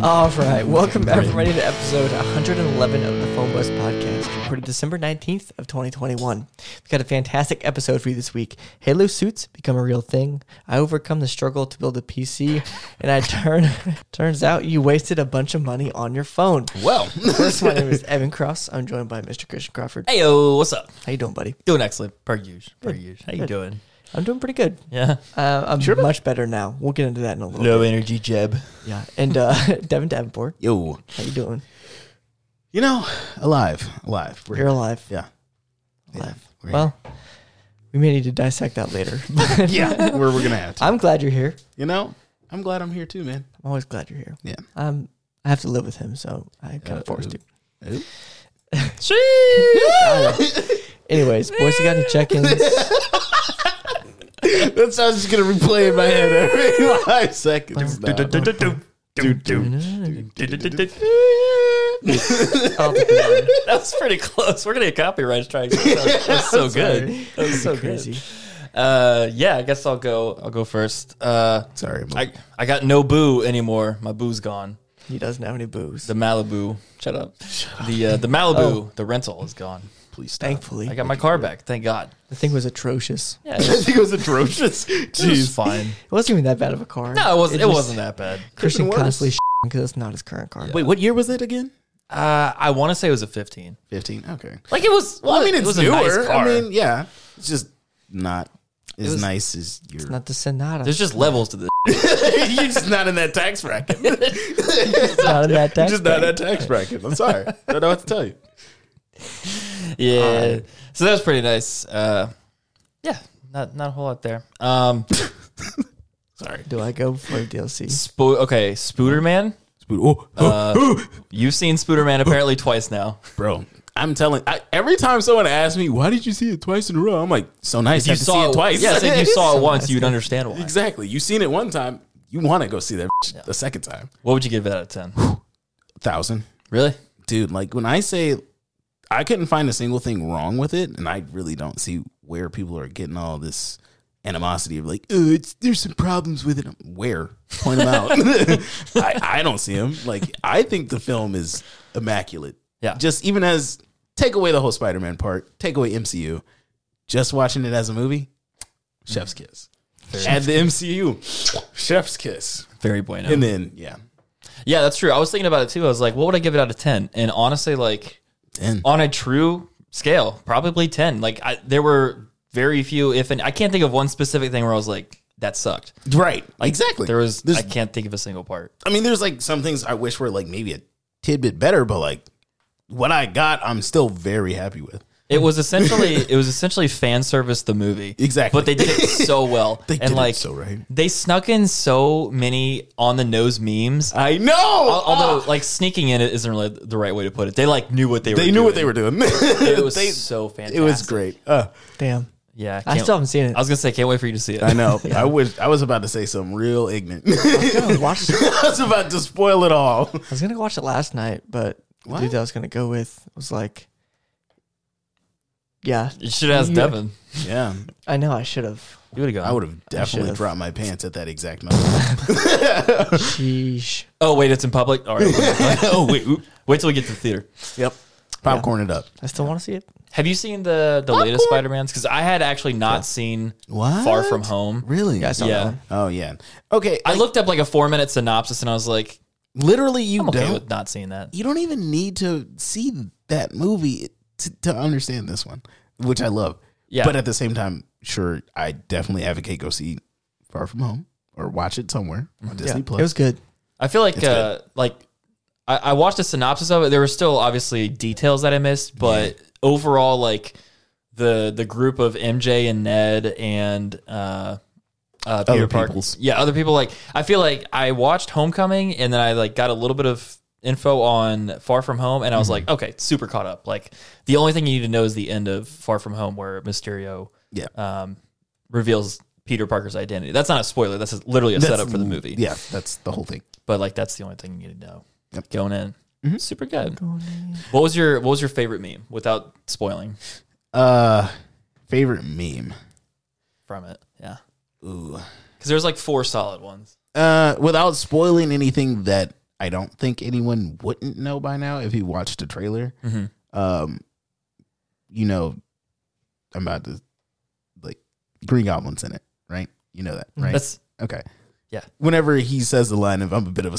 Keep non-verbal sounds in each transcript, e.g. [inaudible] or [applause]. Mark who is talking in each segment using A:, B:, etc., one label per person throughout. A: All right, welcome everybody to episode 111 of the Phone Buzz Podcast, recorded December 19th of 2021. We've got a fantastic episode for you this week. Halo suits become a real thing. I overcome the struggle to build a PC, and I turn. [laughs] turns out you wasted a bunch of money on your phone.
B: [laughs] Well,
A: First, my name is Evan Cross. I'm joined by Mr. Christian Crawford.
B: hey yo, what's up?
A: How you doing, buddy?
B: Doing excellent, per usual, per usual. How you doing?
A: I'm doing pretty good.
B: [laughs] Yeah,
A: Uh, I'm much better now. We'll get into that in a little. bit.
B: energy, Jeb.
A: Yeah, and uh, [laughs] Devin Davenport,
C: Yo,
A: how you doing?
C: you know, alive, alive. We're
A: You're alive.
C: Yeah, yeah. We're here.
A: Well, we may need to dissect that later. But
B: [laughs]
C: yeah, we're, we're gonna have to.
A: I'm glad you're here.
C: You know, I'm glad I'm here
B: [laughs]
C: too, man.
A: I'm always glad you're here.
C: Yeah.
A: Um, I have to live with him, so I kind of forced to.
C: Ooh.
A: [laughs] Anyways, boys, you got any
B: [laughs]
A: check-ins?
C: That sounds just gonna replay in my head every five seconds. now.
B: [laughs]
C: [laughs]
A: Oh, man,
B: That was pretty close. We're gonna get copyright strikes. That's that was
C: [laughs]
B: so good. That was so
A: crazy.
B: good. Uh, yeah, I guess I'll go. I'll go first. Uh,
C: Sorry, I'm-
B: I I got no boo anymore. My boo's gone.
A: He doesn't have any booze.
B: The Malibu. Shut up. The uh, the Malibu. The rental is gone.
C: please stop.
A: Thankfully,
B: I got [laughs] my car back. Thank God.
A: the thing was atrocious.
B: Yeah,
C: [laughs] I
B: [laughs]
C: think it was atrocious.
B: she's
C: [laughs] Jeez,
B: fine.
A: It wasn't even that bad of a car.
B: No, it wasn't. It,
A: just-
B: wasn't that bad.
A: Christian [laughs]
C: worse.
A: constantly because it's not his current car.
C: wait, what year was it again?
B: Uh, I want to say it was a 15.
C: Fifteen. Okay.
B: Like it was.
C: Well, I mean,
B: it
C: it's
B: was
C: newer.
B: a nice car.
C: I mean, yeah, it's just not as
A: was-
C: nice as your. [laughs]
A: Not the Sonata.
B: there's just levels to this.
C: You're just not in that tax bracket.
A: It's not in
B: [laughs]
A: that tax
C: just not
A: bracket.
C: that tax bracket. I'm sorry. I don't know what to tell you.
B: Yeah. so that was pretty nice. Uh, yeah. Not not a whole lot there. Um,
C: Sorry.
A: Do I go for DLC?
B: Spo- okay, Spooderman.
C: Oh,
B: You've seen Spooderman apparently twice [laughs] now.
C: bro. I'm telling. I, every time someone asks me, "Why did you see it twice in a row?" I'm like, "So nice. You saw see it twice.
B: Yes, if you [laughs]
C: [laughs]
B: saw it once, you'd understand why.
C: exactly. You seen it one time. You want to go see that [laughs] the second time.
B: What would you give it out of ten?
C: Thousand,
B: really?
C: dude. Like when I say, I couldn't find a single thing wrong with it, and I really don't see where people are getting all this animosity of like, oh, it's there's some problems with it. Where point them out. [laughs] I, I don't see them. Like I think the film is immaculate.
B: Yeah.
C: just even as take away the whole Spider-Man part, take away MCU, just watching it as a movie, chef's kiss. Add the MCU, chef's kiss,
B: Very bueno.
C: and then yeah,
B: yeah, that's true. I was thinking about it too. I was like, what would I give it out of ten? And honestly, like
C: ten.
B: on a true scale, probably 10. Like I, there were very few, if any, I can't think of one specific thing where I was like, that sucked.
C: Right, exactly.
B: There was,
C: There's,
B: I can't think of a single part.
C: I mean, there's like some things I wish were like maybe a tidbit better, but like what I got, I'm still very happy with.
B: It was
C: [laughs]
B: essentially, it was essentially fan service, the movie.
C: Exactly.
B: But they did it
C: [laughs]
B: so well.
C: They
B: and
C: did it
B: like,
C: so right.
B: they snuck in so many on the nose memes.
C: I know.
B: Al- Although
C: Ah!
B: like sneaking in it isn't really the right way to put it. They like knew what they, were
C: they knew what they
B: doing.
C: were doing. [laughs]
B: It was
C: They-
B: so fantastic.
C: It was great. Uh,
A: Damn.
B: Yeah.
A: I
B: can't-
A: still haven't seen it.
B: I was going to say, can't wait for you to see it.
C: I know. I wish I was about to say something real ignorant. I
A: I was
C: [laughs]
A: watch-
C: was about to spoil it all.
A: I was gonna watch it last night, but the dude
C: What?
A: that I was gonna go with was like, "Yeah,
B: You should ask
A: Yeah.
B: Devin.
C: Yeah,
A: I know I should [laughs] have."
B: You would have gone.
C: I would have definitely
A: should've.
C: dropped my pants at that exact moment.
A: Sheesh.
B: Oh wait, it's in public. All right.
C: [laughs]
B: oh wait, oop. wait till we get to the theater.
C: [laughs] yep, popcorn it up.
A: I still want to see it.
B: Have you seen the the latest Spider Man's? Because I had actually not seen
C: What?
B: Far From Home.
C: Really?
A: Yeah, I saw
B: Yeah.
A: that one.
C: Oh yeah. Okay.
B: I looked up like a four minute synopsis and I was like,
C: literally, you
B: I'm okay
C: don't.
B: with not seeing that.
C: you don't even need to see that movie to, to understand this one, which I love.
B: Yeah.
C: But at the same time, sure, I definitely advocate go see Far From Home or watch it somewhere
B: Mm-hmm.
C: on Disney
A: Yeah,
C: Plus.
A: it was good.
B: I feel like uh, like I, I watched a synopsis of it. There were still obviously details that I missed, but overall, like the the group of MJ and Ned and uh, uh, Peter
C: Other
B: Parker,
C: peoples.
B: yeah, other people. Like I feel like I watched Homecoming, and then I like got a little bit of info on Far From Home, and I was like, okay, super caught up. Like the only thing you need to know is the end of Far From Home, where Mysterio
C: Yeah.
B: um, reveals. Peter Parker's identity. That's not a spoiler. That's literally a setup for the movie
C: Yeah, that's the whole thing.
B: but like that's the only thing you need to know
C: Yep.
B: going in. Super good. What was your What was your favorite meme without spoiling
C: Uh, favorite meme.
B: from it? Yeah,
C: Ooh.
B: because there's like four solid ones.
C: Uh, without spoiling anything that I don't think anyone wouldn't know by now if he watched the trailer.
B: Mm-hmm.
C: Um, you know, I'm about to like Green Goblin's in it, right? You know that, right?
B: That's
C: okay.
B: yeah.
C: Whenever he says the line of "I'm a bit of a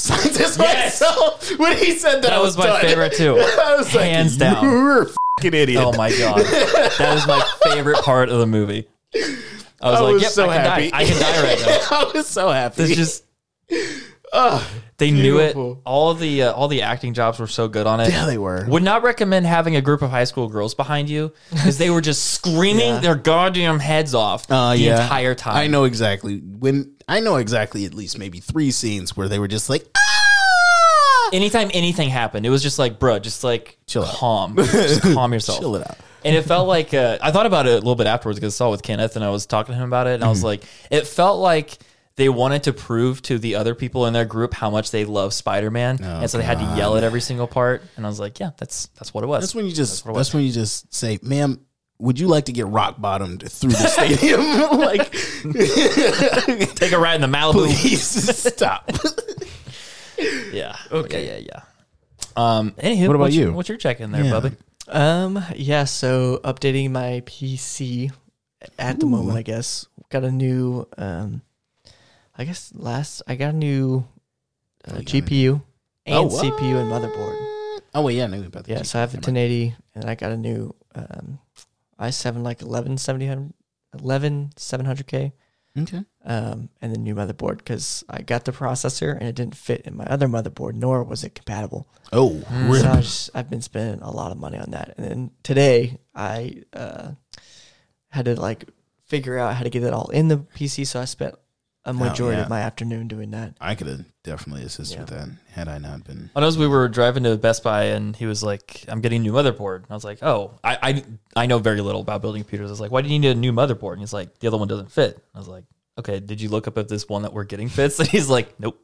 B: Yes!
C: scientist myself," [laughs] when he said that,
B: That
C: I
B: was my
C: done.
B: favorite, too.
C: [laughs] I was like,
B: Hands down.
C: You're a fucking idiot. [laughs]
B: Oh my god, that is my favorite part of the movie. I was
C: I
B: like,
C: was
B: yep,
C: so
B: I can
C: happy.
B: die. I can die right
C: [laughs]
B: now.
C: I was so happy.
B: It's just
C: Ugh.
B: they knew it.
C: Ah, Beautiful.
B: All the uh, all the acting jobs were so good on it.
C: Yeah, they were.
B: Would not recommend having a group of high school girls behind you because they were just
C: [laughs]
B: screaming their goddamn heads off
C: [laughs] Uh,
B: the
C: yeah.
B: entire time.
C: I know exactly when I know exactly at least maybe three scenes where they were just like, "Ah!"
B: Anytime anything happened, it was just like, bruh, just like
C: Chill out. [laughs]
B: calm, just calm yourself.
C: chill it out.
B: And it felt like uh, I thought about it a little bit afterwards because I saw it with Kenneth and I was talking to him about it, and I was
C: Mm-hmm.
B: like, it felt like they wanted to prove to the other people in their group how much they love Spider Man,
C: Oh,
B: and so they had to yell at every single part. And I was like, yeah, that's that's what it was. [laughs]
C: That's when you just
B: what it
C: that's,
B: was.
C: when you just say, "Ma'am, would you like to get rock bottomed through the stadium?" [laughs] like,
B: Take a ride in the Malibu.
C: please stop.
B: Yeah. Okay. Yeah. Yeah. yeah. Um. Anywho,
C: What about
B: what's,
C: you?
B: What's your check in there,
C: Yeah.
B: Bubby?
A: Um. Yeah. So updating my PC at the moment. I guess got a new. Um. I guess last I got a new uh, GPU and
C: Oh,
A: CPU and motherboard.
C: oh wait, yeah, I knew about that.
A: Yeah. So I have a 1080, and I got a new um, i7 like 1170 11 700K.
C: Okay.
A: um, and the new motherboard because I got the processor and it didn't fit in my other motherboard, nor was it compatible.
C: Oh,
A: Mm, So I
C: rip.
A: just, I've been spending a lot of money on that. And then today I uh, had to like figure out how to get it all in the PC. So I spent
B: Oh,
A: a majority
C: yeah.
A: of my afternoon doing
B: [laughs]
A: that.
C: I could have definitely assisted
A: Yeah.
C: with that had I not been.
B: I noticed we were driving to Best Buy and he was like, I'm getting a new motherboard. And I was like, oh, I, I, I know very little about building computers. I was like, why do you need a new motherboard? And he's like, the other one doesn't fit. I was like, okay, did you look up if this one that we're getting fits? [laughs] And he's like, nope.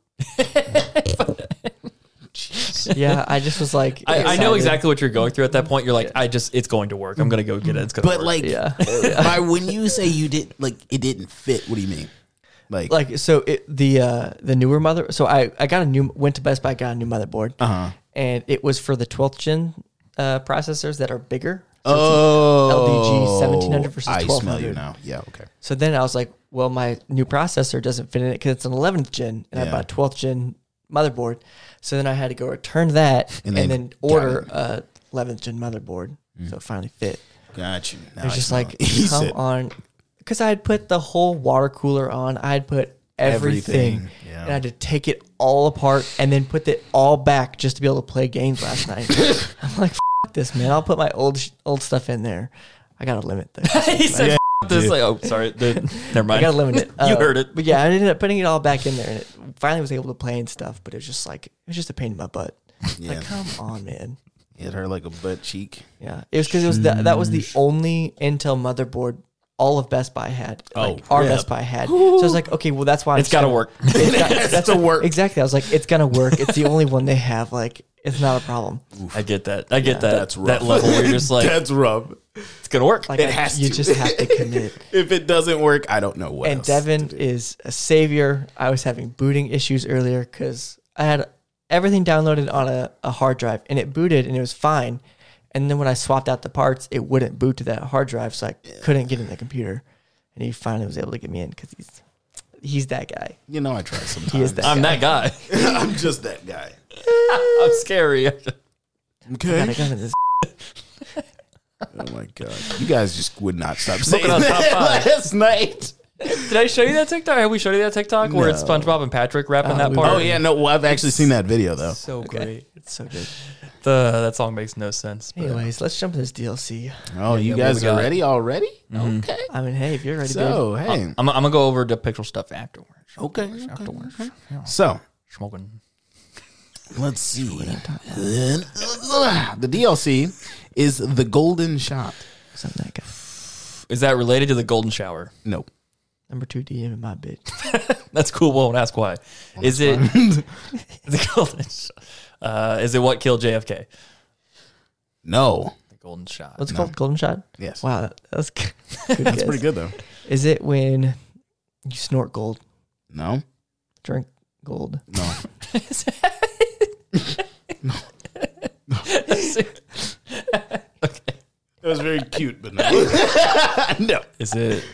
A: yeah, I just was like,
B: I, I know
A: excited.
B: exactly what you're going through at that point. You're like, I just, it's going to work. I'm going to go get it. It's going to
C: But
B: work.
C: like, [laughs]
A: Yeah.
C: by when you say you did like it didn't fit, what do you mean? Like,
A: Like so, it, the uh, the newer mother. So I, I got a new went to Best Buy, got a new motherboard,
C: uh huh.
A: and it was for the 12th gen uh, processors that are bigger. So it's
C: Oh,
A: LDG 1700 versus
C: I smell you
A: 1200.
C: now. Yeah. Okay.
A: So then I was like, well, my new processor doesn't fit in it because it's an 11th gen, and I
C: Yeah.
A: bought 12th gen motherboard. So then I had to go return that and,
C: And they
A: then
C: got
A: order
C: it. Mm.
A: a 11th gen motherboard. So it finally fit.
C: Got you. Now
A: I was just
C: smell
A: like,
C: it. [laughs] He
A: come
C: said
A: on, because I had put the whole water cooler on. I had put everything,
C: Everything, yeah.
A: and I had to take it all apart and then put it all back just to be able to play games last night. I'm like, F- this man. I'll put my old sh- old stuff in there. I got to limit this.
B: [laughs] he said,
C: Yeah,
B: "F- this.
C: dude.
B: Like, oh, sorry. The, never mind.
A: I gotta limit it.
B: [laughs] you
A: Uh,
B: heard it.
A: but yeah, I ended up putting it all back in there, and it finally was able to play and stuff. But it was just like it was just a pain in my butt.
C: Yeah.
A: Like, come on, man.
C: hit her like a butt cheek.
A: Yeah, it was because it was the, that was the only Intel motherboard all of Best Buy had. Like,
B: Oh,
A: our
B: rip.
A: Best Buy had. So I was like, okay, well that's why I'm
B: It's got to
A: just
B: work.
A: gonna- [laughs] It's got, that's
C: to work.
A: exactly. I was like, it's gonna work. It's the only one they have. Like, it's not a problem.
B: I get that. I get that.
C: That's rough.
B: That level where you're just like,
C: That's rough.
B: it's going to work.
A: Like,
C: It
A: I-
C: has
A: you
C: to.
A: just have to commit.
C: If it doesn't work, I don't know what.
A: and
C: else.
A: Devin is a savior. I was having booting issues earlier because I had everything downloaded on a, a hard drive and it booted and it was fine. And then when I swapped out the parts, it wouldn't boot to that hard drive, so I couldn't get in the computer. And he finally was able to get me in because he's he's that guy.
C: you know, I try
A: [laughs]
C: sometimes.
A: He is that.
B: I'm
A: guy.
B: that guy. [laughs]
C: [laughs] I'm just that guy.
B: I'm scary.
A: Gotta
C: Okay.
A: go to this.
C: Oh my god, you guys just would not stop saying
B: Smoking on top
C: that
B: five.
C: [laughs] last night.
B: Did I show you that TikTok? Have we showed you that TikTok where it's
C: No.
B: SpongeBob and Patrick rapping
A: Oh,
B: that
A: we-
B: part?
C: Oh yeah, no. Well, I've actually seen that video though.
B: so great.
A: It's so
C: [laughs]
A: good.
B: The that song makes no sense. but-
A: Anyways, let's jump to this DLC.
C: Oh, you
B: yeah,
C: guys
B: we
C: are
B: got-
C: ready already?
A: Mm-hmm.
C: Okay.
A: I mean, hey, if you're ready, babe.
C: So hey,
B: I'm, I'm gonna go over the picture stuff afterwards.
C: okay.
B: Afterwards,
C: So
B: smoking.
C: let's see. [laughs] The DLC is the Golden Shot.
A: So I'm that guy.
B: Is that related to the golden shower?
C: Nope.
A: Number two DM in my bitch.
B: That's cool. Won't ask why. is it [laughs] the golden? sh- Uh, is it what killed JFK?
C: No.
B: The golden shot.
A: What's it called? Golden shot.
C: Yes.
A: Wow, that, that was [laughs] good. good
C: That's
A: guess.
C: pretty good though.
A: Is it when you snort gold,
C: No.
A: drink gold?
C: No. That was very cute, but [laughs] no. no.
B: Is it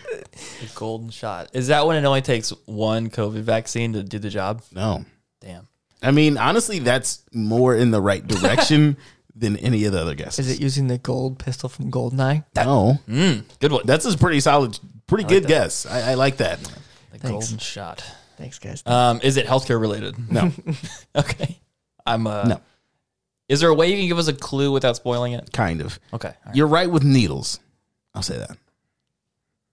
B: a golden shot? Is that when it only takes one COVID vaccine to do the job?
C: No.
B: Damn.
C: I mean, honestly, that's more in the right direction [laughs] than any of the other guesses.
A: Is it using the gold pistol from Goldeneye?
C: no.
B: Mm, Good one.
C: That's a pretty solid, pretty good guess. I, I like that.
B: the
A: thanks.
B: golden shot.
A: Thanks, guys.
B: Um, is it healthcare related?
C: No.
B: [laughs] okay. I'm uh
C: No.
B: Is there a way you can give us a clue without spoiling it?
C: kind of.
B: Okay. all right.
C: You're right with needles. I'll say that.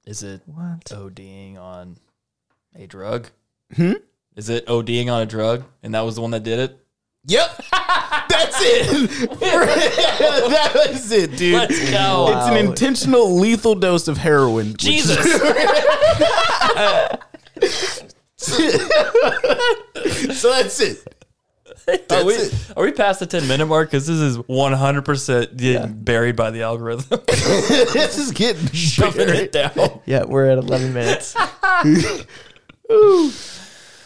B: Is it
A: What?
B: ODing on a drug?
C: Hmm?
B: Is it ODing on a drug? And that was the one that did it?
C: Yep. [laughs] That's it. [laughs] that was it, dude.
B: Let's go.
C: It's an
A: Wow.
C: intentional lethal dose of heroin. which- [laughs]
B: Jesus.
C: [laughs] so that's it.
B: are, we, are we past the 10 minute mark? Because this is 100% getting buried by the algorithm.
C: [laughs] [laughs] this is getting
B: Dumping
C: buried.
B: it down.
A: Yeah, we're at 11 minutes.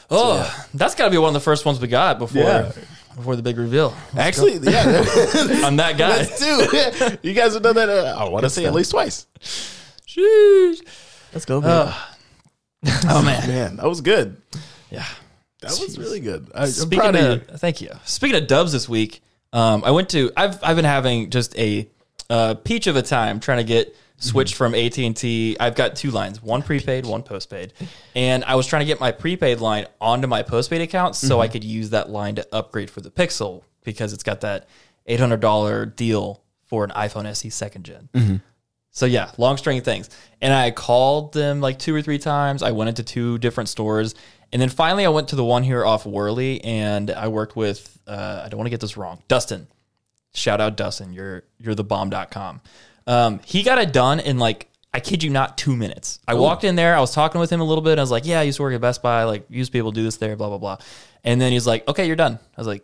B: Oh, that's got to be one of the first ones we got before
C: Yeah.
B: before the big reveal.
C: Actually, yeah, [laughs]
B: I'm that guy.
C: that's two. You guys have done that. Uh, I want to say at least twice.
B: Sheesh.
A: Let's go. baby.
B: Oh, man.
C: Man, that was good.
B: Yeah.
C: That was really good. I, am
B: Speaking
C: proud
B: of,
C: of you.
B: thank you. Speaking of dubs this week, um, I went to I've I've been having just a uh, peach of a time trying to get switched
C: Mm-hmm.
B: from AT and T. I've got two lines, one prepaid, one postpaid, and I was trying to get my prepaid line onto my postpaid account so
C: Mm-hmm.
B: I could use that line to upgrade for the Pixel because it's got that eight hundred dollar deal for an iPhone SE second general so yeah, long string of things. And I called them like two or three times. I went into two different stores, and then finally I went to the one here off Worley, and I worked with uh, I don't want to get this wrong, Dustin. Shout out Dustin, you're you're the bomb.com. Um, he got it done in like I kid you not, two minutes. I walked in there, I was talking with him a little bit. I was like, yeah, I used to work at Best Buy, like used to be able to do this there, blah blah blah. And then he's like, okay, you're done. I was like,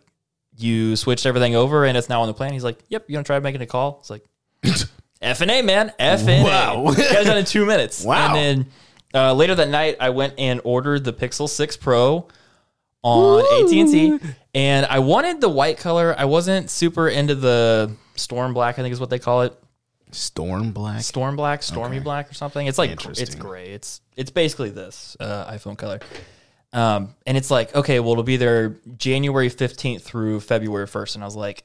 B: you switched everything over, and it's now on the plan. He's like, yep, you want to try making a call? It's like. [laughs] F and A, man. F and A.
C: Wow.
B: [laughs] Got it done in two minutes.
C: Wow.
B: And then uh, later that night, I went and ordered the Pixel 6 Pro on AT and T, and I wanted the white color. I wasn't super into the storm black. I think is what they call it.
C: Storm Black.
B: Storm black, stormy black, or something. It's like gr- it's
C: Interesting.
B: gray. It's it's basically this uh, iPhone color. Um, and it's like okay, well, it'll be there January fifteenth through February first. And I was like,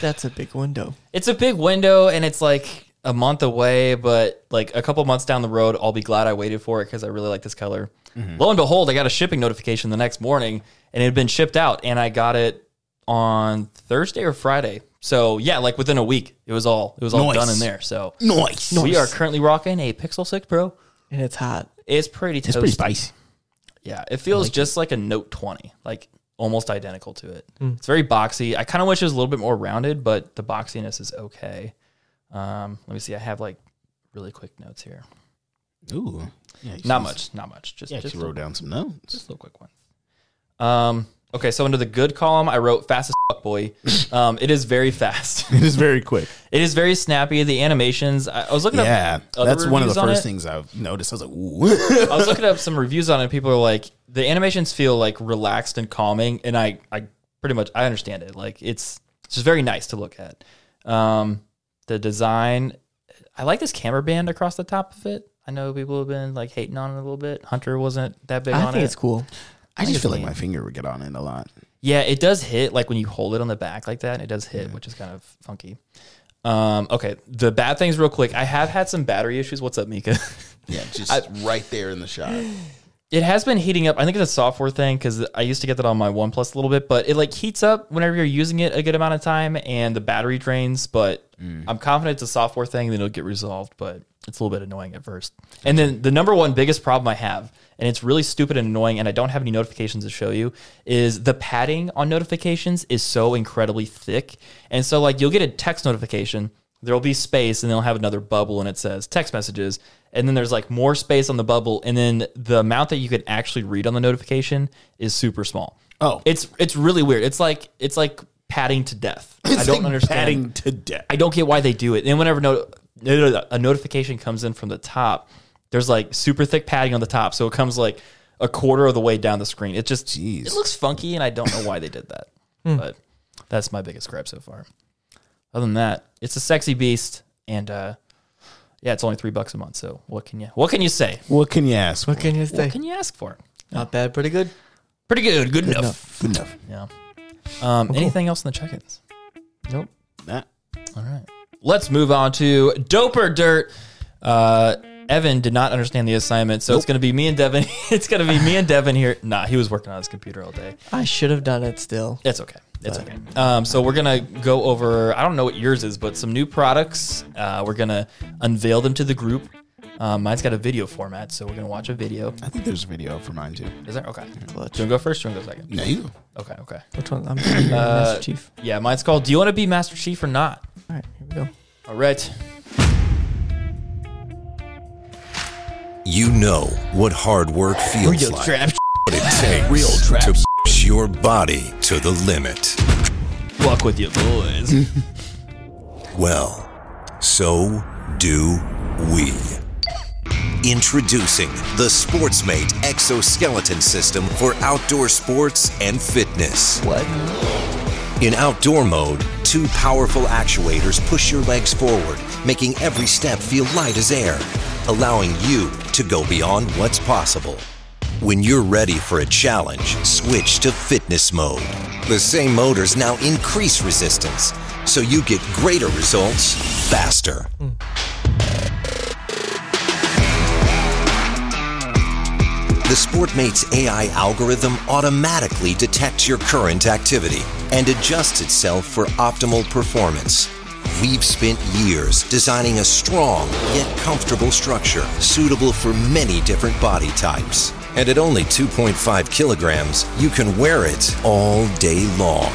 A: That's a big window.
B: it's a big window and it's like a month away, but like a couple months down the road, I'll be glad I waited for it because I really like this color.
C: Mm-hmm.
B: Lo and behold, I got a shipping notification the next morning and it had been shipped out and I got it on Thursday or Friday. So yeah, like within a week, it was all it was all
C: Nice.
B: done in there. So
C: Nice.
B: we are currently rocking a Pixel 6 Pro.
A: And it's hot.
B: It's pretty toasty.
C: It's pretty spicy.
B: Yeah, it feels just like a Note 20, like almost identical to it.
C: Hmm.
B: It's very boxy. I kind of wish it was a little bit more rounded, but the boxiness is okay. Um, let me see. I have like really quick notes here.
C: Ooh. Yeah, you
B: Not
C: should-
B: much, not much. Just
C: Yeah,
B: just,
C: you wrote down some notes.
B: just a little quick one. Um, okay, so under the good column, I wrote fast as [laughs] fuck
C: [laughs]
B: boy. Um, it is very fast. [laughs]
C: [laughs] It is very quick.
B: It is very snappy. The animations. I, I was looking
C: Yeah,
B: up. other
C: that's one of the
B: reviews on
C: first
B: it.
C: things I've noticed. I was like, ooh.
B: I was looking up some reviews on it. and People are like, the animations feel like relaxed and calming, and I, I pretty much I understand it. Like it's it's just very nice to look at. Um, the design, I like this camera band across the top of it. I know people have been like hating on it a little bit. Hunter wasn't that big
A: I
B: on
A: think
B: it.
A: it's cool.
C: [laughs] I just feel like my finger would get on it a lot.
B: Yeah, it does hit like when you hold it on the back like that, it does hit, which is kind of funky. Um, okay, the bad things real quick. I have had some battery issues. What's up, Mika? [laughs]
C: Yeah, just right there in the shot.
B: It has been heating up. I think it's a software thing because I used to get that on my OnePlus a little bit, but it like heats up whenever you're using it a good amount of time and the battery drains. But I'm confident it's a software thing and it'll get resolved, but it's a little bit annoying at first. And then the number one biggest problem I have, and it's really stupid and annoying, and I don't have any notifications to show you, is the padding on notifications is so incredibly thick. And so, like, you'll get a text notification there'll be space and they'll have another bubble and it says text messages and then there's like more space on the bubble and then the amount that you can actually read on the notification is super small
C: Oh.
B: it's it's really weird it's like it's like padding to
C: [laughs]
B: death i don't understand
C: Padding to death.
B: I don't get why they do it. And whenever no, a notification comes in from the top, there's like super thick padding on the top, so it comes like a quarter of the way down the screen. It just
C: Jeez. [laughs] Hmm.
B: it looks funky, and I don't know why they did that. But that's my biggest gripe so far. Other than that, it's a sexy beast, and uh, yeah, it's only three bucks a month. So what can you what can you say?
C: What can you ask?
A: What can you
B: What
A: say?
B: can you ask for?
A: Not bad, pretty good.
B: Pretty good, good, enough.
C: Good enough.
B: Yeah. Um, anything else in the check-ins?
A: Nope.
C: Nah.
B: All right. Let's move on to dope or dirt. Uh, Evan did not understand the assignment, so it's going to be me and Devin. [laughs] it's going to be me and Devin here. Nah, he was working on his computer all day.
A: I should have done it still.
B: It's okay. It's okay. Um, so we're gonna go over. I don't know what yours is, but some new products. Uh, we're gonna unveil them to the group. Um, mine's got a video format, so we're gonna watch a video.
C: I think there's a video for mine too.
B: Is there? Okay.
A: Clutch.
B: Do you wanna go first? Do you wanna go second?
C: No, you go.
B: Okay. Okay.
A: Which one? I'm [coughs] Master Chief.
B: Yeah, mine's called. Do you want to be Master Chief or not?
A: All right, here we go.
B: All right.
D: You know what hard work feels like.
B: trap. [laughs]
D: What it takes to push your body to the limit.
B: Fuck with you, boys.
D: Well, so do we. Introducing the Sportsmate Exoskeleton System for outdoor sports and fitness.
A: What?
D: In outdoor mode, two powerful actuators push your legs forward, making every step feel light as air, allowing you to go beyond what's possible. When you're ready for a challenge, switch to fitness mode. The same motors now increase resistance, so you get greater results faster. The Sportmate's AI algorithm automatically detects your current activity and adjusts itself for optimal performance. We've spent years designing a strong yet comfortable structure suitable for many different body types. And at only 2.5 kilograms, you can wear it all day long.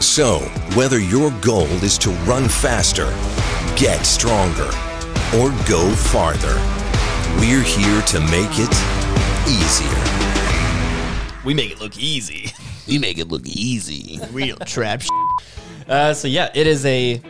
D: So, whether your goal is to run faster, get stronger, or go farther, we're here to make it easier.
B: we make it look easy.
C: [laughs] We make it look easy.
A: Real trap.
B: Uh, so yeah, it is a.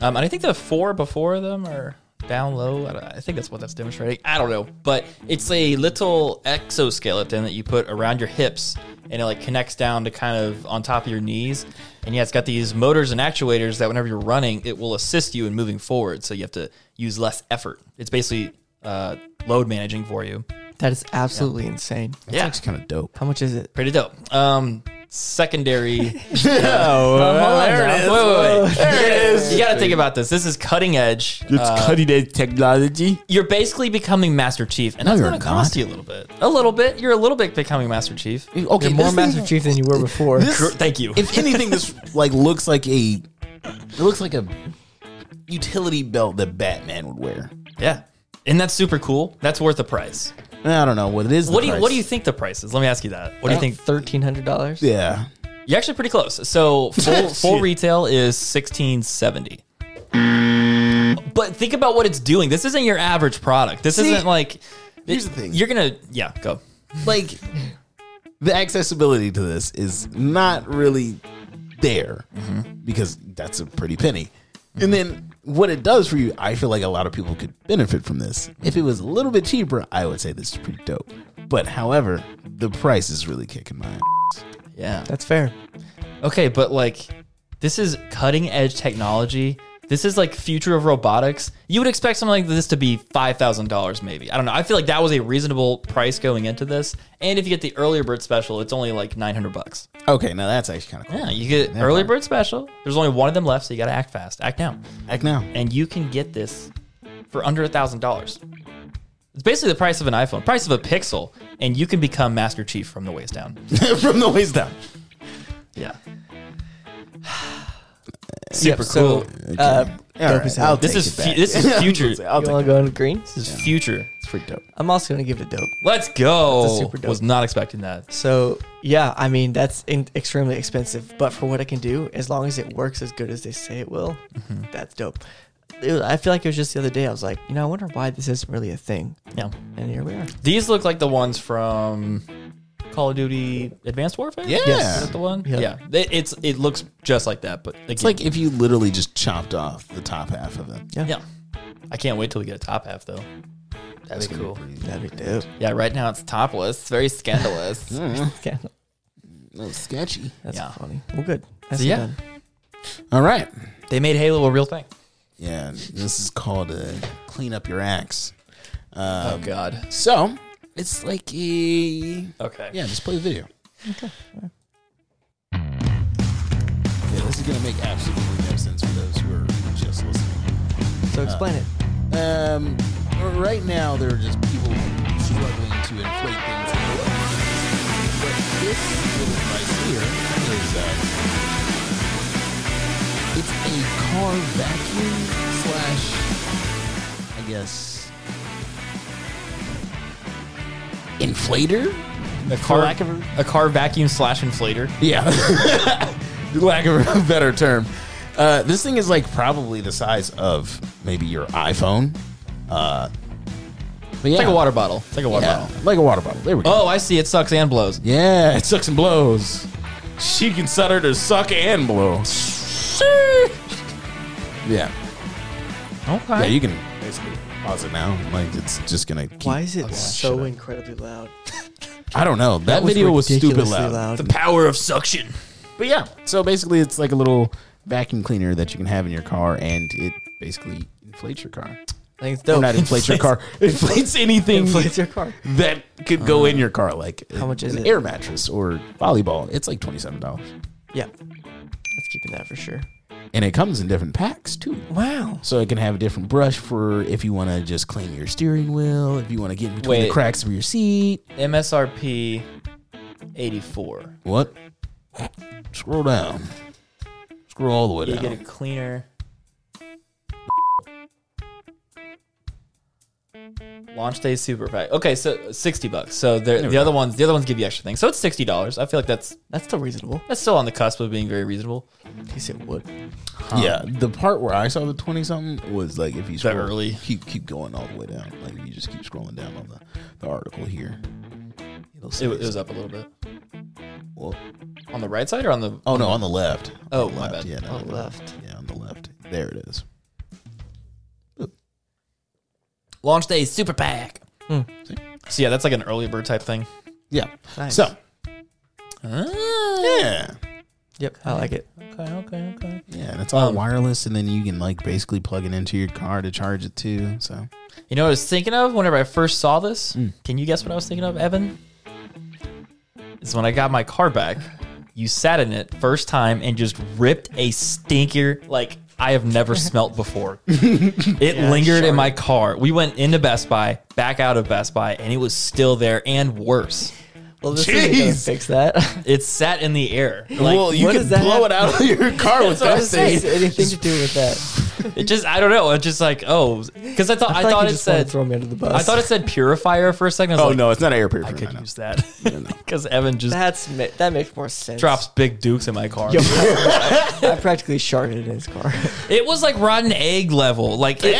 B: Um, and I think the four before them are down low. I, don't- I think that's what that's demonstrating. I don't know, but it's a little exoskeleton that you put around your hips, and it like connects down to kind of on top of your knees. And yeah, it's got these motors and actuators that whenever you're running, it will assist you in moving forward. So you have to use less effort. It's basically uh, load managing for you.
A: That is absolutely insane.
B: Yeah,
C: That's kind of dope.
A: How much is it?
B: pretty dope. Um, [laughs] secondary.
C: Oh, uh,
A: there
B: Wait, wait, wait. There it is. You got to think about this. This is cutting edge. Uh,
C: cutting edge technology.
B: you're basically becoming Master Chief, and
C: No,
B: that's
C: you're
B: going to cost
C: not.
B: you a little bit. A little bit. You're a little bit becoming Master Chief.
C: Okay,
A: You're more
C: this
A: Master
C: thing-
A: Chief than you [laughs] were before.
C: This-
B: Gr- Thank you.
C: If anything, this like looks like a it looks like a utility belt that Batman would wear.
B: yeah, and that's super cool. That's worth the price.
C: I don't know what it is. the
B: What do you
C: price. Uh,
B: What do you think the price is? Let me ask you that. What do you think?
A: thirteen hundred dollars?
C: Yeah,
B: You're actually pretty close. So
C: [laughs]
B: full full
C: Shit.
B: retail is sixteen seventy. But think about what it's doing. This isn't your average product. This
C: See,
B: isn't like.
C: here's the thing.
B: You're gonna yeah go.
C: like the accessibility to this is not really there because that's a pretty penny. And then what it does for you, I feel like a lot of people could benefit from this. If it was a little bit cheaper, I would say this is pretty dope. But however, the price is really kicking my ass.
B: Yeah.
A: That's fair.
B: Okay, but like this is cutting edge technology. This is like future of robotics. You would expect something like this to be five thousand dollars, maybe. I don't know. I feel like that was a reasonable price going into this. And if you get the earlier bird special, it's only like nine hundred bucks.
C: Okay, now that's actually kind of cool.
B: Yeah, you get early bird special. There's only one of them left, so you got to act fast, act now,
C: Act now. [laughs]
B: and you can get this for under a thousand dollars. It's basically the price of an iPhone, price of a Pixel, and you can become Master Chief from the waist down.
C: From the waist down.
B: Yeah. Super
A: Yep,
B: cool.
A: so, uh,
C: All
A: dope
C: right,
A: as
C: I'll
A: hell.
B: This
C: take
B: is
C: it back.
B: fu- this is future.
C: I'll
A: You
C: take
A: want to
C: it.
A: go in green?
B: This is future.
C: It's pretty dope.
A: I'm also gonna give it a dope.
B: Let's go.
A: That's a super dope.
B: Was not expecting that.
A: So yeah, I mean that's in- extremely expensive, but for what it can do, as long as it works as good as they say it will, that's dope. It was- I feel like it was just the other day. I was like, you know, I wonder why this isn't really a thing,
B: Yeah.
A: and here we are.
B: These look like the ones from Call of Duty Advanced Warfare.
C: Yeah.
B: Yes. Is that the one?
A: Yeah.
B: Yeah. It, it's it looks just like that, but
C: It's like if you literally just chopped off the top half of it.
B: yeah. I can't wait till we get a top half though. That'd be cool.
A: That'd be dope.
B: Yeah. Right now it's topless. It's very
A: [laughs]
B: scandalous.
A: Yeah.
C: That was sketchy.
A: That's
B: Yeah.
A: funny. Well, good. That's
B: So, yeah.
A: done.
C: All right.
B: They made Halo a real thing.
C: Yeah, this is called uh, clean up your axe. Um,
B: Oh, God.
C: So it's like a
B: Okay.
C: yeah. Just play the video. Yeah, this is gonna make absolutely no sense for those who are just listening.
A: So explain it.
C: Um, right now there are just people struggling to inflate things. But this little device here is uh, it's a car vacuum slash, I guess, inflator.
B: A car,
C: lack of a-
B: a car vacuum slash inflator.
C: Yeah. [laughs] Lack of a better term. Uh, this thing is like probably the size of maybe your iPhone. Uh, but yeah.
B: It's like a water bottle. It's like a water
C: Yeah,
B: bottle.
C: Like a water bottle. There we go.
B: Oh, I see. It sucks and blows.
C: Yeah, it sucks and blows. She can set her to suck and blow. Yeah.
B: Okay.
C: Yeah, you can basically pause it now. Like it's just gonna keep
A: Why is it
C: shut
A: so
C: up.
A: incredibly loud?
C: I don't know. That,
A: was
C: video was stupid
A: ridiculously
C: loud.
A: loud.
B: the power of suction.
C: But yeah. So basically it's like a little vacuum cleaner that you can have in your car and it basically inflates your car.
A: I think it's
C: Or
A: dope.
C: [laughs] not
A: [laughs]
C: inflates your car. Inflates anything
A: Inflates your car.
C: that could go in your car, like
A: How much is
C: an
A: it?
C: air mattress or volleyball. It's like twenty seven dollars.
A: Yeah. That's keeping that for sure.
C: And it comes in different packs too.
A: Wow.
C: So it can have a different brush for if you want to just clean your steering wheel, if you want to get in between
B: Wait.
C: the cracks of your seat.
B: MSRP 84.
C: What? Scroll down. Scroll all the way
B: You
C: down.
B: get a cleaner. Launch day super pack. Okay, so sixty bucks. So they're- the other ones, the other ones give you extra things. So it's sixty dollars. I feel like that's
A: That's still reasonable.
B: that's still on the cusp of being very reasonable.
A: He said wood.
C: Yeah, the part where I saw the twenty something was like if you scroll,
B: early.
C: keep keep going all the way down. Like you just keep scrolling down on the, the article here. It'll
B: It,
C: say
B: wa- it was up a little bit
C: well,
B: on the right side or on the.
C: oh no, on the left.
B: Oh,
C: On the
B: my
C: left.
B: bad.
C: Yeah, no,
A: On
C: no,
A: the
C: no.
A: left.
C: Yeah, on the left. There it is.
B: Launch day super pack.
C: Hmm.
B: So yeah, that's like an early bird type thing.
C: Yeah.
A: Nice.
C: So
B: Ah,
C: yeah.
A: Yep. I like it.
B: okay, okay, okay.
C: Yeah, and it's all
B: Um,
C: wireless, and then you can like basically plug it into your car to charge it too. So
B: You know what I was thinking of whenever I first saw this? Can you guess what I was thinking of, Evan? Is when I got my car back, you sat in it first time and just ripped a stinker like I have [laughs] never smelt before. it lingered in my car. We went into Best Buy, back out of Best Buy, and it was still there and worse.
A: Well, this is gonna
C: Jeez.
A: fix
B: [laughs]
A: that. [laughs]
B: It sat in the [laughs] air. Like,
A: what does that have-
C: out of
B: [laughs]
C: your car with
A: What does this have anything to do with that?
B: it just I don't know. It's just like, oh, because I thought [laughs] I,
A: feel like
B: thought
A: you
B: it
A: just wanna
B: said
A: throw me under the bus.
B: I thought it said purifier for a second. I was
C: Oh
B: like,
C: no, it's not air purifier.
B: I could
C: know.
B: use that because Evan just
A: [laughs] That's ma- that makes more sense.
B: drops big dukes in my car.
A: [laughs]
B: [laughs]
A: Yo, I, I practically sharded in his car. [laughs]
B: It was like rotten egg level. Like it,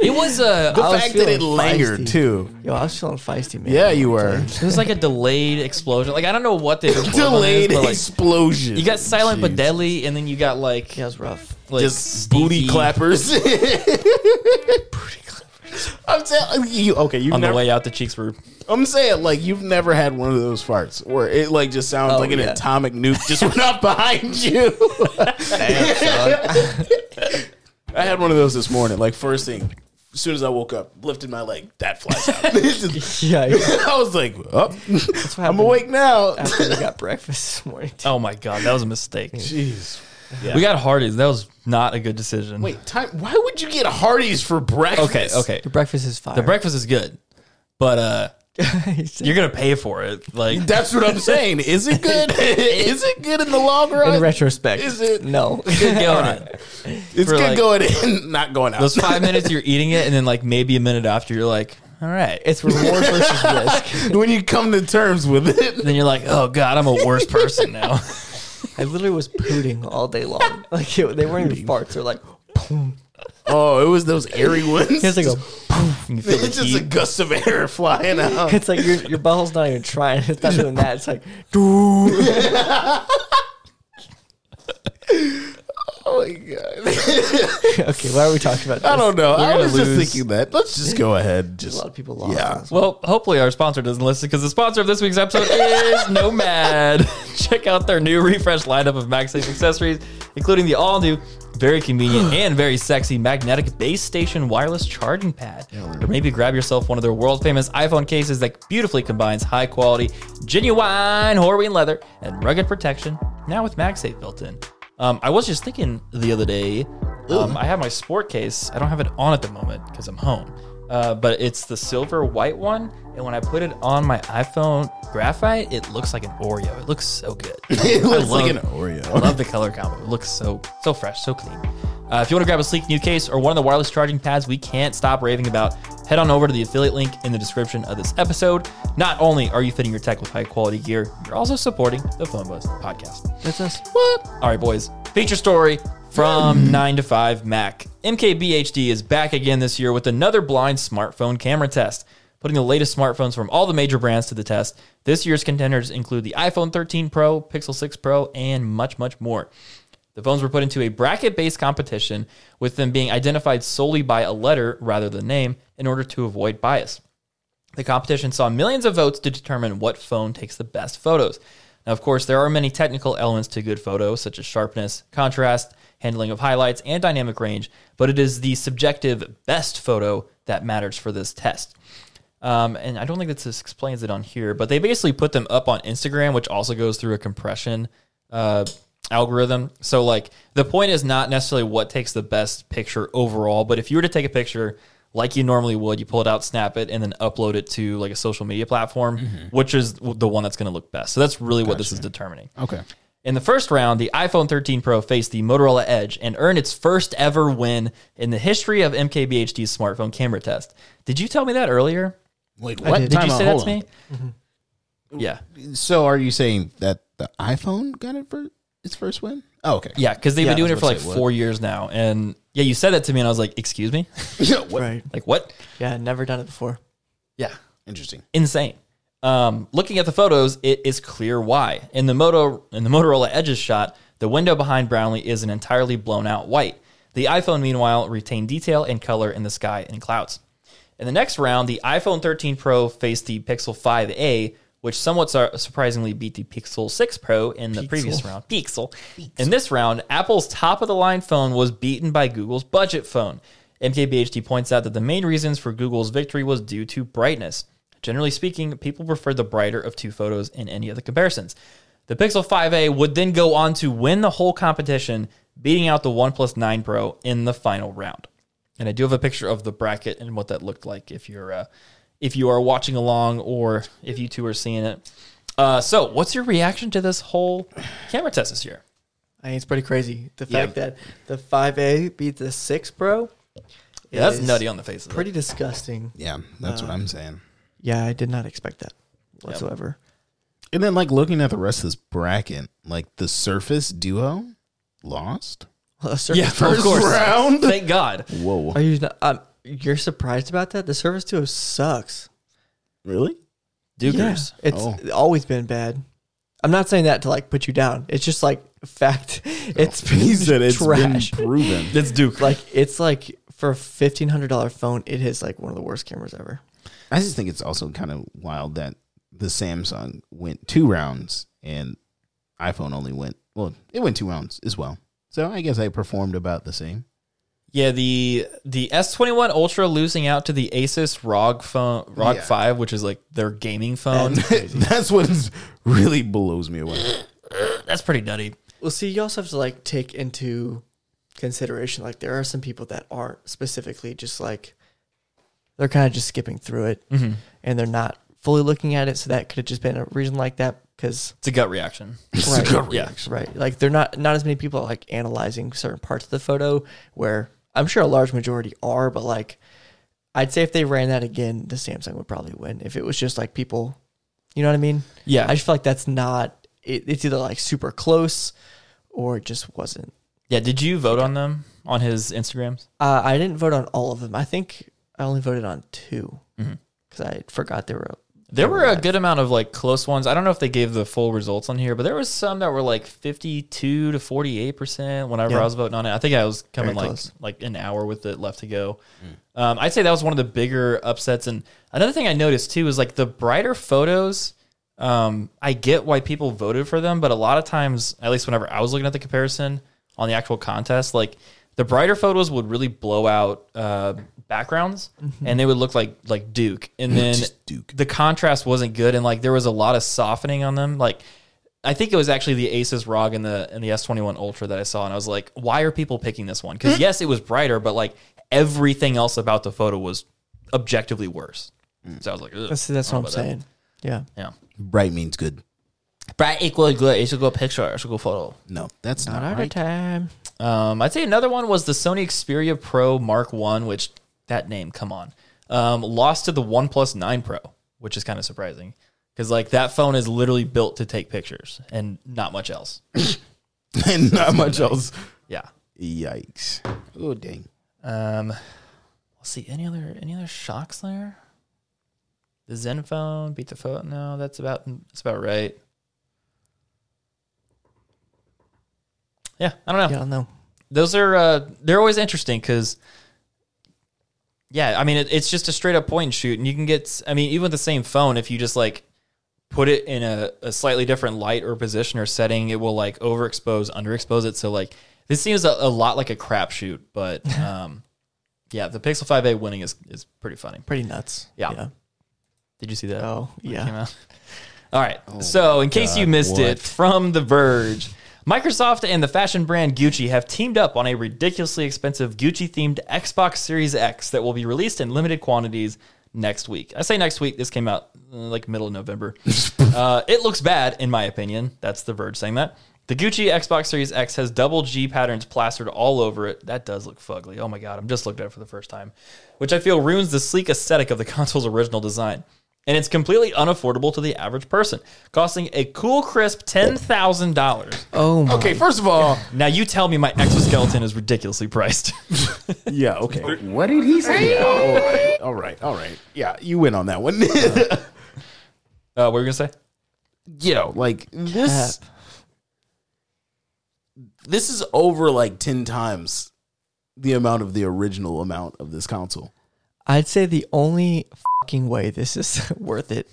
B: it, was a
C: The
A: I was
C: fact that it
A: feeling
C: lingered
A: feisty.
C: too.
A: Yo, I was feeling feisty, man.
C: Yeah, you were
B: it was like a delayed explosion. Like I don't know what they
C: delayed
B: but like,
C: explosion.
B: you got silent but
C: Jeez.
B: deadly, and then you got like,
A: [laughs] Yeah, it was rough.
B: like
C: just booty
B: stinky [laughs]
C: clappers. [laughs] I'm telling you, okay, you've
B: on
C: never.
B: the way out. The cheeks were
C: I'm saying, like, you've never had one of those farts where it like just sounds
A: Oh,
C: like an
A: yeah.
C: atomic nuke
A: [laughs]
C: just went up behind you. I had one of those this morning. Like first thing, as soon as I woke up, lifted my leg, that
A: [laughs]
C: flies out. It's just-
A: Yeah,
C: [laughs] I was like, oh,
A: what
C: I'm
A: happened.
C: awake now.
A: after we got breakfast this morning.
B: [laughs]
A: too.
B: oh my god, that was a mistake.
C: [laughs] Jeez.
B: We got Hardee's. That was not a good decision.
C: Wait, time. Why would you get Hardee's for breakfast?
B: okay, okay.
A: The breakfast is fire.
B: The breakfast is good, but uh,
A: [laughs] He said-
B: you're gonna pay for it. Like
C: That's what I'm saying. Is
A: [laughs]
C: it good? Is it good in the long run?
A: in retrospect,
C: Is it-
A: no? [laughs]
B: good
C: [laughs]
B: going it.
C: it's
B: for
C: good
B: like-
C: going in, [laughs] not going out.
B: Those five minutes you're eating it, and then like maybe a minute after you're like, all right.
A: It's reward
B: [laughs]
A: versus risk.
C: when you come to terms with it.
B: then you're like, oh god, I'm a worse
C: [laughs]
B: person now. [laughs]
A: I literally was pooting all day long. [laughs] Like it, they weren't even farts. They're like,
C: Oh, it was those airy ones. [laughs]
A: it's like a,
B: you feel the
C: It's just a
B: heat.
C: gust of air [laughs] flying out.
A: it's like your your butthole's not even trying. It's not doing that. It's [laughs]
B: [laughs]
A: like,
C: Oh, like, uh,
A: Okay, why are we talking about this?
C: I don't know. I
B: gonna
C: was
B: lose.
C: just thinking that. Let's just go ahead. Just
A: A lot of people lost.
C: Yeah.
B: Well, hopefully our sponsor doesn't listen because the sponsor of this week's episode is Nomad. [laughs] Check out their new refreshed lineup of MagSafe accessories, including the all-new, very
C: [sighs]
B: convenient and very sexy magnetic base station wireless charging pad. Or maybe grab yourself one of their world-famous iPhone cases that beautifully combines high-quality, genuine Horween leather and rugged protection, now with MagSafe built in. Um, I was just thinking the other day, um, I have my sport case. I don't have it on at the moment because I'm home uh, but it's the silver white one. And when I put it on my iPhone graphite, it looks like an Oreo. It looks so good.
C: [laughs] It
B: I
C: looks like
B: love-
C: an Oreo.
B: I love the color combo. It looks so so fresh, so clean. Uh, if you want to grab a sleek new case or one of the wireless charging pads we can't stop raving about, head on over to the affiliate link in the description of this episode. Not only are you fitting your tech with high quality gear, you're also supporting the Phone Buzz podcast.
A: That's us.
B: What? All right, boys. Feature story from 9 to 5 Mac. MKBHD is back again this year with another blind smartphone camera test, putting the latest smartphones from all the major brands to the test. This year's contenders include the iPhone 13 Pro, Pixel 6 Pro, and much, much more. The phones were put into a bracket based competition, with them being identified solely by a letter rather than name in order to avoid bias. The competition saw millions of votes to determine what phone takes the best photos. Now, of course, there are many technical elements to good photo, such as sharpness, contrast, handling of highlights, and dynamic range, but it is the subjective best photo that matters for this test. Um, and I don't think that this explains it on here, but they basically put them up on Instagram, which also goes through a compression uh, algorithm. So, like, the point is not necessarily what takes the best picture overall, but if you were to take a picture like you normally would, you pull it out, snap it, and then upload it to like a social media platform,
C: Mm-hmm.
B: which is w- the one that's going to look best. So, that's really what this is determining.
C: Okay.
B: In the first round, the iPhone 13 Pro faced the Motorola Edge and earned its first ever win in the history of MKBHD's smartphone camera test. Did you tell me that earlier?
C: Wait, what?
B: Did you
C: Timeout,
B: say that
C: hold Mm-hmm.
B: to me? Yeah,
C: on. So are you saying that the iPhone got it for its first win? Oh, okay.
B: yeah, because they've
A: Yeah,
B: been doing
C: I
B: it
C: was
B: for like
C: gonna say, what?
B: four years now, and yeah, you said that to me, and I was like, "Excuse me,
C: Yeah, [laughs] what?
A: Right.
B: like what?"
A: Yeah, never done it before.
B: Yeah,
C: Interesting.
B: insane. Um, looking at the photos, it is clear why. In the Moto in the Motorola Edge's shot, the window behind Brownlee is an entirely blown out white. The iPhone, meanwhile, retained detail and color in the sky and clouds. In the next round, the iPhone 13 Pro faced the Pixel 5a, which somewhat sur- surprisingly beat the Pixel 6 Pro in the previous round. Pixel. In this round, Apple's top of the line phone was beaten by Google's budget phone. MKBHD points out that the main reasons for Google's victory was due to brightness. Generally speaking, people prefer the brighter of two photos in any of the comparisons. The Pixel 5a would then go on to win the whole competition, beating out the OnePlus 9 Pro in the final round. And I do have a picture of the bracket and what that looked like if you're uh, if you are watching along or if you two are seeing it. Uh, so, what's your reaction to this whole camera test this year?
A: I mean, it's pretty crazy. The fact that the 5A beat the 6 Pro.
B: Yeah, that's
A: is
B: nutty on the face of it.
A: Pretty disgusting.
C: Yeah, that's
B: Uh,
C: what I'm saying.
A: Yeah, I did not expect that whatsoever.
C: And then like looking at the rest of this bracket, like the Surface Duo lost.
A: Well, a Surface
B: Yeah,
A: Pro-
B: of course. [laughs]
C: round?
B: Thank God.
C: Whoa.
A: Are you not, um, you're surprised about that? The Surface Duo sucks.
C: Really?
B: Dukers.
A: Yeah, it's
C: Oh.
A: always been bad. I'm not saying that to like put you down. It's just like fact. It's
C: He said it's
A: trash.
C: been proven.
B: It's Duke.
A: like it's like for a fifteen hundred dollar phone, it is like one of the worst cameras ever.
C: I just think it's also kind of wild that the Samsung went two rounds and iPhone only went well, it went two rounds as well. So I guess I performed about the [laughs] same.
B: Yeah, the the S21 Ultra losing out to the Asus ROG phone ROG
C: Yeah.
B: 5, which is like their gaming phone. [laughs] That's,
C: That's what is- really blows me away.
B: pretty nutty.
A: Well, see, you also have to like take into consideration like there are some people that aren't specifically just like they're kind of just skipping through it and they're not fully looking at it. So that could have just been a reason like that because
B: [laughs] It's a gut reaction.
A: right,
B: Yeah.
A: right, like they're not not as many people are like analyzing certain parts of the photo. Where I'm sure a large majority are, but like I'd say if they ran that again, the Samsung would probably win. If it was just like people, you know what I mean?
B: Yeah.
A: I just feel like that's not. It, it's either like super close or it just wasn't.
B: Yeah, did you vote on them on his Instagrams?
A: Uh,
B: Mm-hmm.
A: I didn't vote on all of them. I think I only voted on two because I forgot there were
B: There were a good amount of like close ones. I don't know if they gave the full results on here, but there was some that were like fifty-two to forty-eight percent. Whenever
A: Yeah.
B: I was voting on it, I think I was coming
A: Very
B: like
A: close. Hmm.
B: like an hour with it left to go. Um, I'd say that was one of the bigger upsets. And another thing I noticed too is like the brighter photos. Um, I get why people voted for them, but a lot of times, at least whenever I was looking at the comparison on the actual contest, like the brighter photos would really blow out uh, backgrounds,
A: Mm-hmm.
B: and they would look like like Duke. And then
C: Just Duke.
B: the contrast wasn't good, and like there was a lot of softening on them, like. I think it was actually the Asus ROG and the and the S21 Ultra that I saw, and I was like, why are people picking this one?
A: [laughs]
B: Because yes, it was brighter, but like everything else about the photo was objectively worse. So I was like, Ugh,
A: Mm. That's, that's
B: I
A: what
B: don't
A: I'm
B: know
A: saying.
B: about
A: Yeah.
B: that.
C: Bright means good.
B: Yeah, bright equal good. It's a good picture. It's a good photo.
C: No, that's not,
A: Not every
C: right.
A: time.
B: Um, I'd say another one was the Sony Xperia Pro Mark One, which that name, come on, um, lost to the OnePlus Nine Pro, which is kind of surprising because like that phone is literally built to take pictures and not much else.
C: [laughs] and not much else.
B: Yeah.
C: Yikes. Oh dang.
B: Um, let's see. Any other any other shocks there? The Zen phone beat the phone. No, that's about that's about right. Yeah, I don't know.
A: Yeah, I don't know.
B: Those are uh, they're always interesting because. Yeah, I mean it, it's just a straight up point and shoot, and you can get. s- I mean, even with the same phone, if you just like put it in a, a slightly different light or position or setting, it will like overexpose, underexpose it. So like this seems a, a lot like a crapshoot, but um, yeah, the Pixel Five A winning is is pretty funny.
A: Pretty nuts.
B: Yeah. Did you see that?
A: Oh,
B: when it
A: yeah.
B: came out? All right. so, in case you missed it, from The Verge, Microsoft and the fashion brand Gucci have teamed up on a ridiculously expensive Gucci themed Xbox Series X that will be released in limited quantities next week. I say next week. This came out uh, like middle of November. uh, it looks bad, in my opinion. That's The Verge saying that. The Gucci Xbox Series X has double G patterns plastered all over it. That does look fugly. Oh my god, I'm just looking at it for the first time, which I feel ruins the sleek aesthetic of the [laughs] console's original design and it's completely unaffordable to the average person, costing a cool crisp ten thousand dollars.
A: Oh my.
C: Okay, first of all,
B: [laughs] Now you tell me my exoskeleton is ridiculously priced. [laughs] Uh,
C: yeah, okay. What did he say? Yeah, all right, all right, all right. Yeah, you win on that one. [laughs]
B: uh, what were you gonna say?
C: you know, like this. This is over like ten times the amount of the original amount of this console.
A: I'd say the only fucking way this is [laughs] worth it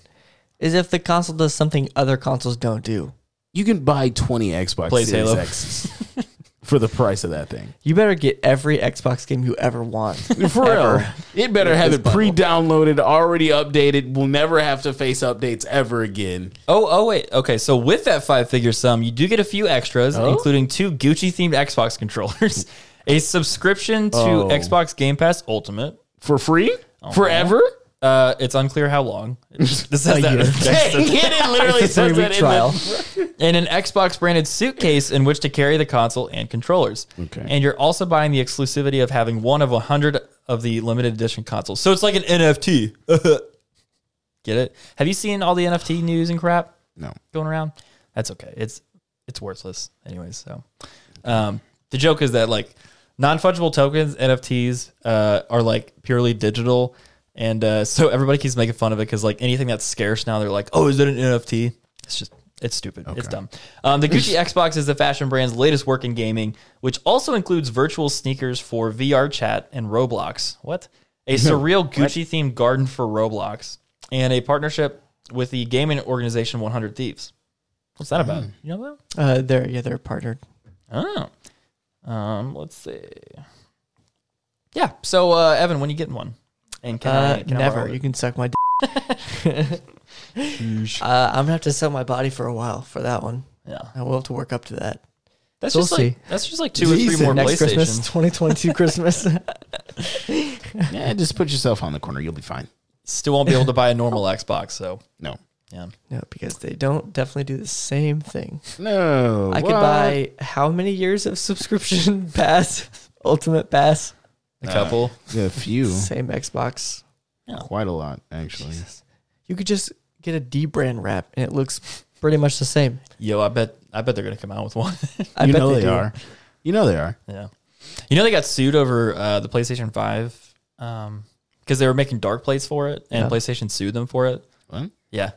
A: is if the console does something other consoles don't do.
C: You can buy twenty Xbox
B: Plays
C: Series
B: Halo.
C: Xs [laughs] for the price of that thing.
A: You better get every Xbox game you [laughs] ever
B: [laughs]
A: want.
C: For real, it better have it pre-downloaded, already updated. We'll never have to face updates ever again.
B: Oh, oh wait. Okay, so with that five-figure sum, you do get a few extras, including two Gucci-themed Xbox controllers, [laughs] a subscription to
C: Oh.
B: Xbox Game Pass Ultimate.
C: for free
A: Oh. [laughs]
C: forever.
B: Uh, it's unclear how long. [laughs] This says that- [laughs]
A: year.
B: that says-
C: it literally
A: It's a
C: says
A: three
C: that
A: week
C: in the-
A: trial.
B: and an Xbox branded suitcase in which to carry the console and controllers.
C: Okay.
B: And you're also buying the exclusivity of having one of 100 of the limited edition consoles. So it's like an NFT. [laughs] Get it? Have you seen all the NFT news and crap
C: No,
B: going around? That's okay. It's it's worthless anyways, so um, the joke is that like non-fungible tokens, NFTs, uh, are like purely digital. And uh, so everybody keeps making fun of it because like anything that's scarce now, they're like, oh, is that an NFT? It's just it's stupid. It's dumb. Um, the Gucci Xbox is the fashion brand's latest work in gaming, which also includes virtual sneakers for VR chat and Roblox. What? A surreal Gucci themed garden for Roblox and a partnership with the gaming organization 100 Thieves. What's that about? You know that?
A: Uh, they're yeah, they're partnered.
B: Oh. Um, let's see. Yeah. So, uh, Evan, when you getting one? And can
A: Uh,
B: I can I
A: never.
B: borrow
A: You
B: it?
A: can suck [laughs] my. D- uh, I'm gonna have to sell my body for a while for that one.
B: yeah.
A: I will have to work up to that.
B: That's
A: We'll
B: just like
A: see.
B: that's just like two or three
C: Jesus.
B: more
A: Next Christmas,
B: [laughs] PlayStations.
A: 2022 Christmas.
C: yeah, just put yourself on the corner. You'll be fine.
B: Still won't be able to buy a [laughs] normal Xbox. So,
C: No,
B: yeah.
A: [laughs] no, because they don't definitely do the same thing.
C: no.
A: I could
C: what?
A: buy how many years of subscription [laughs] pass, ultimate pass,
B: A couple.
C: a few,
A: same Xbox.
C: quite a lot actually.
A: You could just get a D brand wrap, and it looks pretty much the same.
B: Yo, I bet I bet they're gonna come out with one. [laughs]
A: I
C: you
A: bet
C: know they,
A: do.
C: are. You know they are.
B: yeah. You know they got sued over uh, the PlayStation Five um, because they were making dark plates for it, and
A: Yeah.
B: PlayStation sued them for it.
C: What? Hmm.
B: Yeah.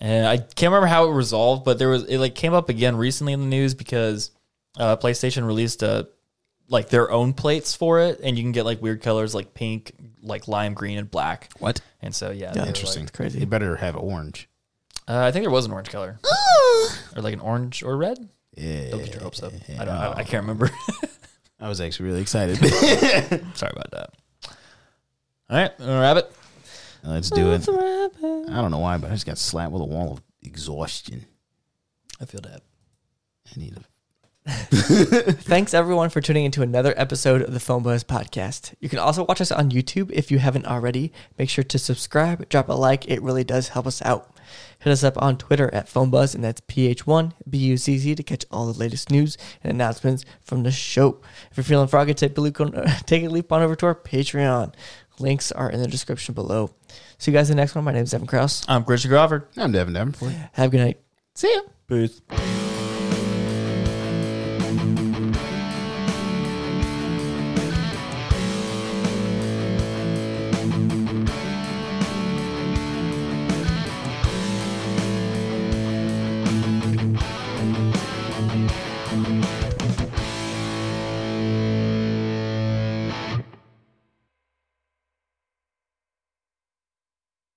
B: And I can't remember how it resolved, but there was it like came up again recently in the news because uh, PlayStation released uh like their own plates for it, and you can get like weird colors like pink, like lime green, and black.
C: What?
B: And so yeah, they were, like-
C: Interesting.
A: crazy.
C: They better have orange.
B: uh, I think there was an orange color, or like an orange or red.
C: Yeah.
B: Don't get your hopes up. I don't. I, I can't remember.
C: I was actually really excited. [laughs]
B: Sorry about that. All right, rabbit.
C: Let's do it. I don't know why, but I just got slapped with a wall of exhaustion.
B: I feel that.
C: I need a
A: Thanks everyone for tuning into another episode of the Phone Buzz podcast. You can also watch us on YouTube if you haven't already. Make sure to subscribe, drop a like, it really does help us out. Hit us up on Twitter at Phone Buzz, and that's PH1 BUZZ to catch all the latest news and announcements from the show. If you're feeling froggy, take a, look on, [laughs] take a leap on over to our Patreon. Links are in the description below. See you guys in the next one. My name is Evan Krause.
B: I'm Christian Crawford.
C: I'm Devin Davenport.
A: Have a good night.
C: See ya.
B: Peace.
A: Bye.